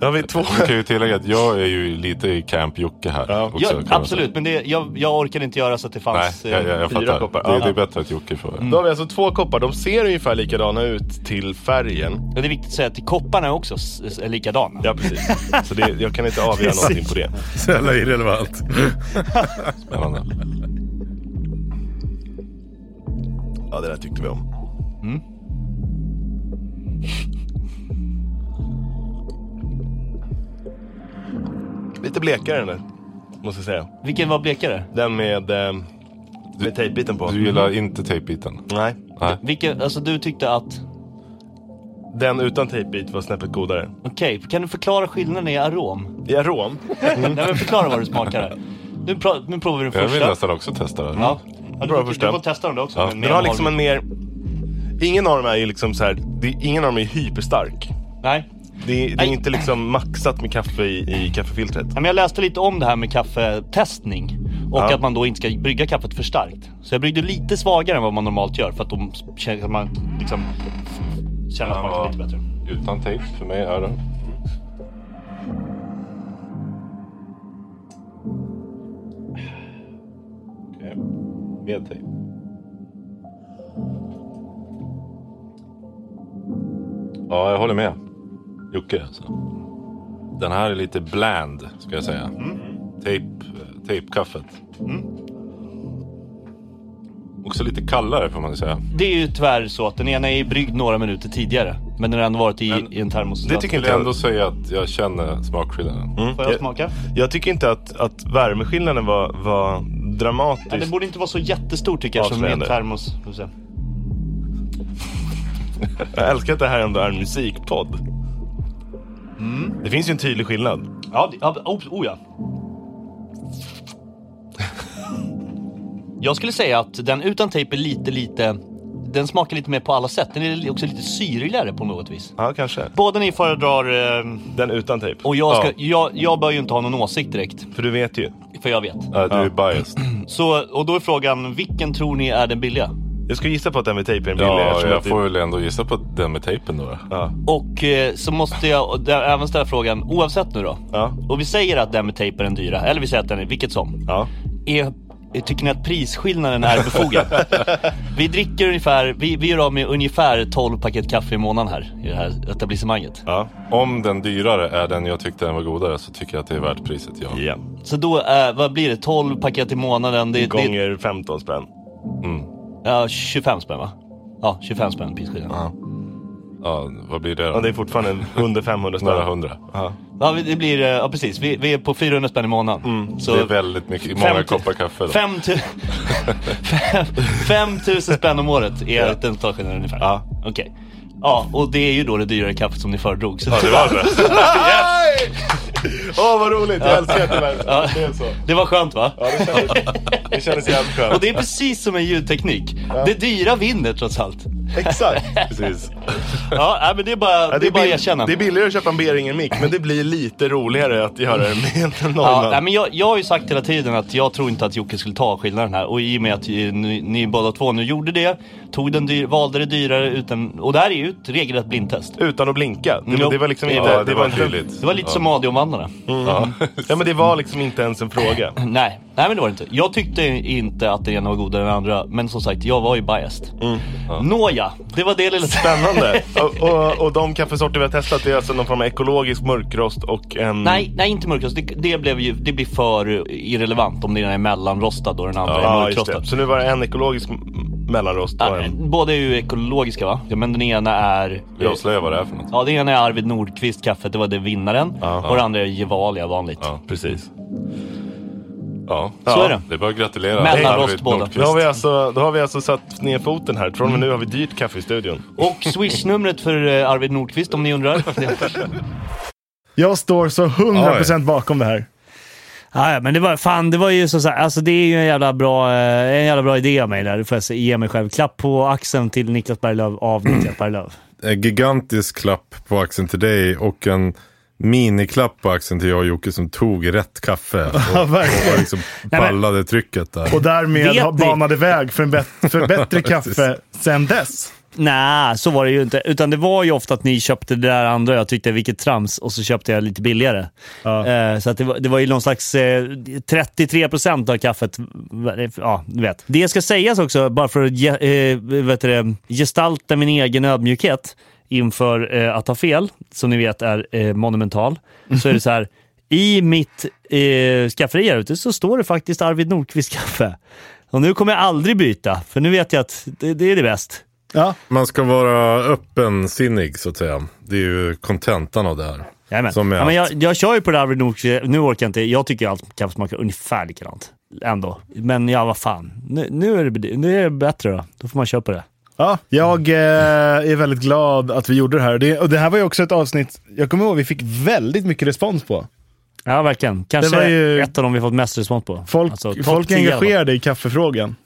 M: Då har vi två.
C: Jag kan ju tillägga att jag är ju lite i Camp Jocke här.
M: Ja.
C: också,
E: Ja,
C: kan man säga.
E: absolut, men det, jag, jag orkade inte göra så att det
C: Nej,
E: fanns...
C: jag,
E: eh,
C: jag, jag
M: fyra
C: fattar.
M: koppar.
C: Det,
M: Ja.
C: det är bättre att Jocke får.
M: Då har vi alltså två koppar. De ser ungefär likadana ut till färgen.
E: ja, Det är viktigt att säga att kopparna också s- s- är likadana.
M: Ja, precis. Så det, jag kan inte avgöra någonting på det.
D: Så jävla irrelevant.
C: Spännande.
M: Ja, det där tyckte vi om. Lite blekare den där, måste jag säga.
E: Vilken var blekare?
M: Den med, eh, med tejpbiten på.
C: Du gillar inte tejpbiten?
M: Nej,
C: Nej.
E: Vilken, alltså du tyckte att...
M: den utan tejpbit var snäppet godare.
E: Okej, kan du förklara skillnaden i arom?
M: I arom?
E: Nej men förklara vad du smakar här. Nu, pra- nu provar vi den
C: Jag vill
E: första.
C: nästan också testa det. här.
E: Ja. Ja, du,
M: Bra
E: får,
M: första.
E: du får testa den där också.
C: Ja.
E: men
M: Den
E: med
M: har liksom en
E: havre.
M: mer... Ingen av dem är ju liksom så här, det, ingen av dem är hyperstark.
E: Nej.
M: Det, det är
E: Nej.
M: inte liksom maxat med kaffe i, i kaffefiltret.
E: Ja, Men jag läste lite om det här med kaffetestning och
M: Ja.
E: att man då inte ska brygga kaffet för starkt. Så jag bryggde lite svagare än vad man normalt gör för att de känner att man liksom känner att man
C: Ja.
E: kan lite bättre.
C: Utan tejp för mig är det. Eh,
M: Okej. Med tejp.
C: Ja, jag håller med. Jocke alltså. Den här är lite bland, ska jag säga.
M: Mm.
C: eh, Tejp, tejpkaffet. Också lite kallare får man säga.
E: Det är ju tyvärr så att den ena är bryggd några minuter tidigare. Men den har ändå varit i, i en termos. Alltså,
M: Det tycker
C: Jag
M: inte
C: skulle ändå
M: jag. Mm.
C: säga att jag känner smakskillnaden.
E: Får jag smaka?
M: Jag tycker inte att, att värmeskillnaden var, var
E: Ja, den
M: dramatisk.
E: borde inte vara så jättestor tycker jag som i en
M: Avslöjande.
E: termos. Får vi se.
M: Jag älskar att det här ändå är en musikpodd. Det finns ju en tydlig skillnad.
E: Mm. Ja, det, ja, oh, oh ja. Jag skulle säga att den utan tejp är lite, lite den smakar lite mer på alla sätt. Den är också lite syrligare på något vis.
N: Ja, kanske.
E: Båda ni föredrar... Eh,
N: den utan tejp.
E: Och jag, ska,
N: typ. Ja.
E: jag, jag bör ju inte ha någon åsikt direkt.
N: För du vet ju.
E: För jag vet.
N: Ja, du är biased.
E: Så, och då är frågan, vilken tror ni är den billiga?
N: Jag skulle gissa på att den med tejp är den billiga.
O: Ja,
N: eftersom
O: jag
N: att det-
O: får väl ändå gissa på den med tejpen då.
N: Ja.
E: Och eh, så måste jag och där- även ställa frågan, oavsett nu då. Och vi säger att den med tejp är den dyra, eller vi säger att den är, vilket som. Är, tycker ni att prisskillnaden är befogad? vi dricker ungefär, vi, vi gör av med ungefär 12 paket kaffe i månaden här, i det här etablissemanget.
N: Ja.
O: Om den dyrare är den jag tyckte den var godare så tycker jag att det är värt priset. Ja.
E: Så då, eh, vad blir det? 12 paket i månaden? Det,
N: Gånger 15 spänn.
E: Ja, 25 spänn va? Ja, 25 spänn prisskillnad. Ja.
O: Ja, vad blir det då?
N: Ja, det är fortfarande under 500 spänn.
O: Några hundra.
N: Ja.
E: vi- det blir, eh, ja precis, vi, vi är på 400 spänn i månaden. Så
O: det är väldigt mycket, många
E: 50
O: koppar kaffe. Då.
E: Fem tu- fem- 5 000 spänn om året är den totala skillnaden ungefär. Ja. Okej. Ja, och det är ju då det dyrare kaffet som ni föredrog. Så
N: Ja, det var det. Åh, vad roligt! Jag
E: Ja.
N: älskar att det var-
E: Ja.
N: det blev så.
E: Det var skönt va? Ja,
N: det kändes, det kändes jävligt skönt.
E: Och det är precis som en ljudteknik. Det dyra vinner trots allt.
N: Exakt. Precis.
E: Ja, nej, men det är bara, det är bara att
N: bill-
E: erkänna.
N: Det är billigare att köpa en Beringer-mick, men det blir lite roligare att göra det med en norrman.
E: Ja, nej, men jag, jag har ju sagt hela tiden att jag tror inte att Jocke skulle ta skillnaden här. Och i och med att eh, ni, ni båda två nu gjorde det, tog den dyr, valde det dyrare utan... Och det här är ju ett regelrätt blindtest.
N: Utan att blinka. Det,
E: Jo.
N: det var liksom
E: Ja,
N: inte...
E: det var
N: inte-
E: tydligt. Det var lite som radioomvandrarna.
N: Mm. Ja. ja, men det var liksom inte ens en fråga.
E: Nej, nej men det var det inte. Jag tyckte inte att den ena var godare än den andra, men som sagt, jag var ju biased. Nåja, det var det lilla...
N: Mm. Spännande. Och, och, och de kaffesorter vi har testat det är alltså någon form av ekologisk mörkrost och en...
E: Nej, nej inte mörkrost. Det, det, blev ju, det blir för irrelevant om den ena är mellanrostad och den andra är
N: Ja, just
E: mörkrostad.
N: det. Så nu var det en ekologisk m- mellanrost och en...
E: Båda är ju ekologiska va? Ja, men den ena är...
N: Vi avslöjar vad det är för något.
E: Ja, den ena är Arvid Nordqvist kaffet, det var det vinnaren. Och den andra är Gevalia vanligt.
O: Ja,
N: precis.
O: Ja,
E: Så
O: ja.
E: är det.
O: Det är bara att gratulera. Arvid Nordqvist.
N: Då har, vi alltså, då har vi alltså satt ner foten här. Från och med nu har vi dyrt kaffe i studion.
E: Mm. Och swishnumret för eh, Arvid Nordqvist om ni undrar.
B: Jag står så 100% bakom det här.
P: Ja, ja, men det var, fan, det var ju så så här, alltså det är ju en jävla bra, eh, en jävla bra idé av mig där. Det får jag se- ge mig själv. Klapp på axeln till Niklas Berglöf av Niklas Berglöf.
D: En Eh, gigantisk klapp på axeln till dig och en miniklapp på axeln till jag och Jocke som tog rätt kaffe.
B: Ja,
D: Och,
B: verkligen.
D: och liksom
B: men-
D: pallade trycket där.
B: Och därmed
D: Vet
B: har-
D: ni-
B: banade väg för, en bet- för bättre kaffe sen dess.
P: Nej, så var det ju inte. Utan det var ju ofta att ni köpte det där andra jag tyckte, vilket trams, och så köpte jag lite billigare. Eh, så att det, var, det var ju någon slags eh, 33% av kaffet. Ja, du vet. Det ska sägas också, bara för att ge, eh, vet du, det, gestalta min egen ödmjukhet inför eh, att ha fel, som ni vet är eh, monumental, så är det så här. I mitt eh, skafferi här ute så står det faktiskt Arvid Nordqvist kaffe. Och nu kommer jag aldrig byta, för nu vet jag att det, det är det bäst.
D: Man ska vara öppensinnig så att säga. Det är ju kontentan av det här.
P: Jajamän.
D: Som är
P: Ja, men
D: att-
P: jag, jag kör ju på det här Nordqvist. Nu orkar jag inte. Jag tycker ju allt kaffe smakar ungefär likadant. Ändå. Men ja, vad fan. Nu, nu, är det, nu är det bättre då. Då får man köpa det.
B: Ja, jag eh, är väldigt glad att vi gjorde det här. Det, och det här var ju också ett avsnitt, jag kommer ihåg vi fick väldigt mycket respons på.
P: Ja, verkligen.
B: Det
P: Kanske
B: var ju-
P: ett av dem vi fått mest respons på.
B: Folk,
P: Alltså, topp
B: folk är
P: 10 i alla fall. Mm.
B: engagerade i kaffefrågan.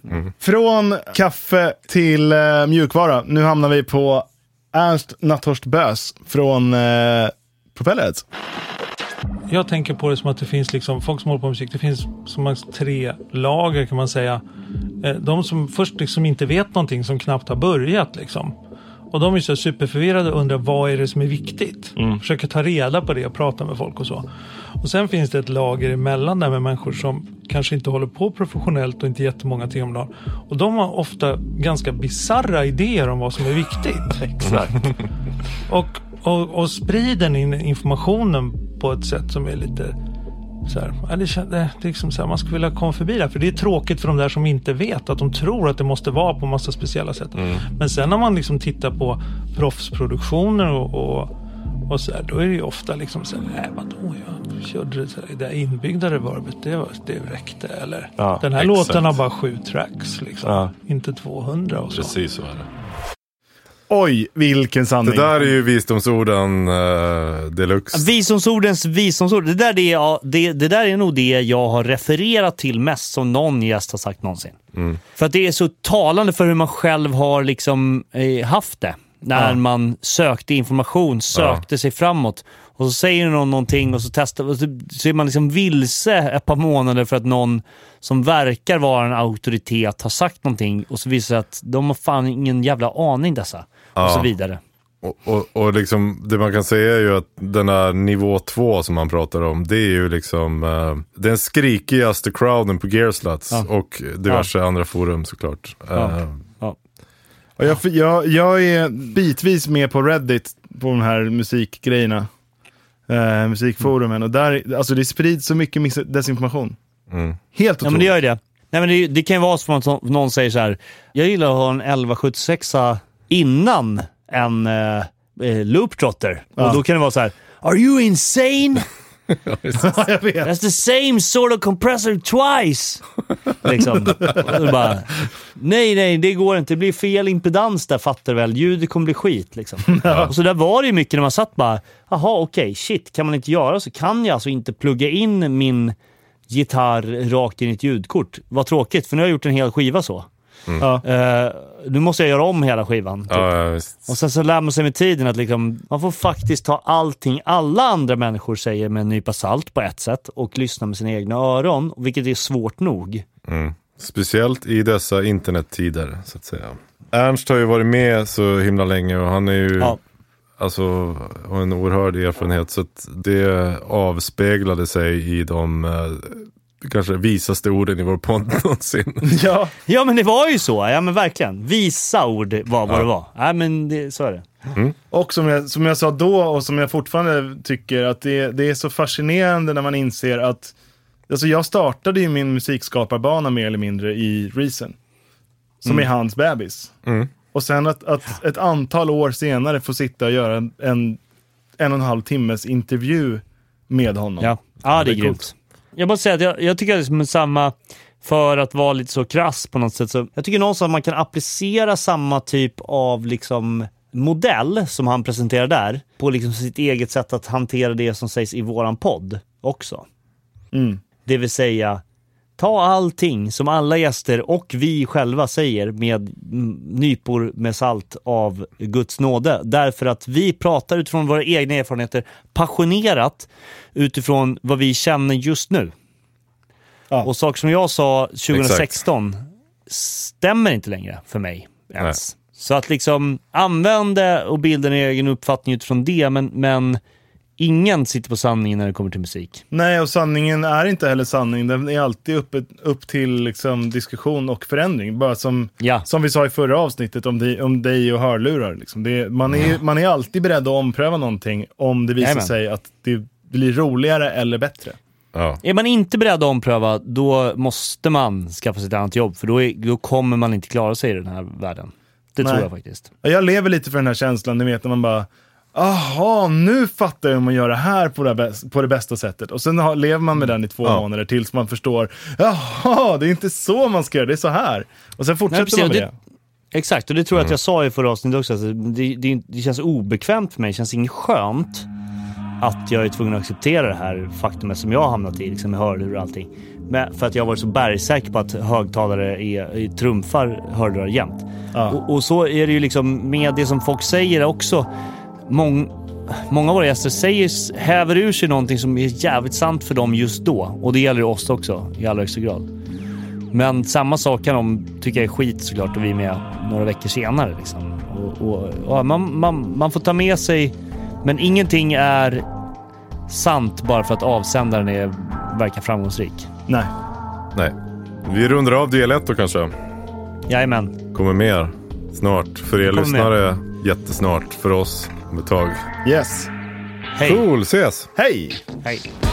B: Från kaffe till eh, mjukvara. Nu hamnar vi på Ernst Natthorst Bös från eh, Propellerheads.
Q: Jag tänker på det som att det finns liksom, folk som håller på med musik, det finns som max tre lager kan man säga. Eh, De som först liksom inte vet någonting, som knappt har börjat liksom. Och de är så superförvirrade och undrar vad är det som är viktigt? Försöker ta reda på det och prata med folk och så. Och sen finns det ett lager emellan där med människor som kanske inte håller på professionellt och inte jättemånga timmar om dagen. Och de har ofta ganska bizarra idéer om vad som är viktigt.
N: Exakt.
Q: Och, och, och sprider in informationen på ett sätt som är lite så här, ja, det, kän- det, det är liksom så här, man skulle vilja komma förbi där. För det är tråkigt för de där som inte vet. Att de tror att det måste vara på massa speciella sätt. Men sen när man liksom tittar på proffsproduktioner och, och, och så här, då är det ju ofta liksom så här, nej vadå, jag körde det, så här, det där inbyggda reverbet, det, var, det räckte. Eller
O: Ja,
Q: den här
O: exakt.
Q: låten har bara sju tracks liksom, inte 200 och så.
O: Precis så är det.
B: Oj, vilken sanning.
D: Det där är ju visdomsorden eh, deluxe.
E: Visdomsordens visdomsord. Det där, det, är, det, det där är nog det jag har refererat till mest som någon gäst har sagt någonsin.
D: Mm.
E: För att det är så talande för hur man själv har liksom eh, haft det. När
R: Ja.
E: man sökte information, sökte sig framåt. Och så säger någon någonting och så testar och så, så är man liksom vilse ett par månader för att någon som verkar vara en auktoritet har sagt någonting och så visar det sig att de har fan ingen jävla aning dessa. Och så
D: Ja.
E: vidare.
D: Och, och, och liksom, det man kan säga är ju att den där nivå två som man pratar om, det är ju liksom eh, den skrikigaste crowden på Gearsluts
B: Ja.
D: och diverse andra forum såklart.
B: Ja.
D: Eh,
B: Och jag, jag, jag är bitvis med på Reddit på de här musikgrejerna. Eh, musikforumen. Och där, alltså det sprids så mycket mis- desinformation.
D: mm.
B: Helt
E: Ja, men det gör ju det. Nej, men det, det kan ju vara som att någon säger så här. Jag gillar att ha en 1176 innan en eh, eh, looptrotter.
B: Ja.
E: Och då kan det vara så här. Are you insane?
B: jag vet.
E: That's the same sort of compressor twice! Liksom. Och då bara, nej, nej, det går inte. Det blir fel impedans där, fattar du väl. Ljudet kommer bli skit. Liksom.
B: Ja.
E: Och så där var det ju mycket när man satt bara, jaha, okej, shit, kan man inte göra så? Kan jag alltså inte plugga in min gitarr rakt in i ett ljudkort? Vad tråkigt, för nu har jag gjort en hel skiva så.
D: Mm.
E: Eh, nu måste jag göra om hela skivan. typ.
D: ja, ja, visst.
E: Och sen så lär man sig med tiden att liksom, man får faktiskt ta allting alla andra människor säger med en nypa salt på ett sätt och lyssna med sina egna öron, vilket är svårt nog.
D: Mm. Speciellt i dessa internettider så att säga. Ernst har ju varit med så himla länge och han är ju alltså, har en oerhörd erfarenhet. Så att det avspeglade sig i de eh, kanske visaste orden i vår podd någonsin.
E: Ja. ja, men det var ju så. Ja, men verkligen. Visa ord var
D: Ja.
E: vad
D: Mm.
E: det var. Ja, men det, så är det.
B: Och som jag, som jag sa då och som jag fortfarande tycker att det, det är så fascinerande när man inser att Alltså jag startade ju min musikskaparbana mer eller mindre i Reason. Som
D: Mm.
B: är hans bebis.
D: Mm.
B: Och sen att, att ett antal år senare få sitta och göra en, en, en och en halv timmes intervju med honom.
E: Ja, ja det är
B: coolt.
E: grymt. Jag måste säga att jag, jag tycker att det är som samma, för att vara lite så krass på något sätt, så jag tycker någonstans att man kan applicera samma typ av liksom modell som han presenterar där på liksom sitt eget sätt att hantera det som sägs i våran podd också.
B: Mm.
E: Det vill säga, ta allting som alla gäster och vi själva säger med mm, nypor med salt av Guds nåde. Därför att vi pratar utifrån våra egna erfarenheter passionerat utifrån vad vi känner just nu. Och saker som jag sa 2016 stämmer inte längre för mig ens. Så att liksom använda och bilda en egen uppfattning utifrån det, men, men ingen sitter på sanningen när det kommer till musik.
B: Nej, och sanningen är inte heller sanning. Den är alltid uppe, upp till liksom, diskussion och förändring. Bara som, som vi sa i förra avsnittet om dig, om dig och hörlurar. Liksom. Det, är- man, är, man är alltid beredd att ompröva någonting om det visar
E: Jajamän.
B: sig att det blir roligare eller bättre.
E: Är man inte beredd att ompröva, då måste man skaffa sig ett annat jobb. För då, är, då kommer man inte klara sig i den här världen. Det
B: Nej.
E: tror jag faktiskt.
B: Ja, Jag lever lite för den här känslan, ni vet när man bara Aha, nu fattar jag hur man gör det här på det, bäst, på det bästa sättet. Och sen har, lever man med den i två
E: Mm.
B: månader tills man förstår. Jaha, det är inte så man ska göra, det är så här. Och sen fortsätter
E: Nej, precis,
B: man
E: och
B: med
E: det-
B: det.
E: Exakt, och det tror jag att jag sa i förra avsnittet också. Alltså, det, det, det känns obekvämt för mig, det känns inget skönt att jag är tvungen att acceptera det här faktumet som jag har hamnat i, liksom med hörlurar och allting. Men för att jag har varit så bergsäker på att högtalare är, är, trumfar hörlurar jämt. Och, och så är det ju liksom med det som folk säger också. Mång, många av våra gäster säger, häver ur sig någonting som är jävligt sant för dem just då. Och det gäller ju oss också i allra högsta grad. Men samma sak kan de tycka är skit såklart och vi är med några veckor senare. Liksom. Och, och, ja, man, man, man får ta med sig, men ingenting är sant bara för att avsändaren är, verkar framgångsrik.
B: Nej.
D: Nej. Vi rundar av del ett då kanske.
E: Jajamän.
D: Kommer mer snart. För er
E: Det kommer
D: lyssnare jättesnart. För oss om ett tag.
B: Yes.
E: Hej.
D: Cool, ses.
B: Hej.
E: Hej.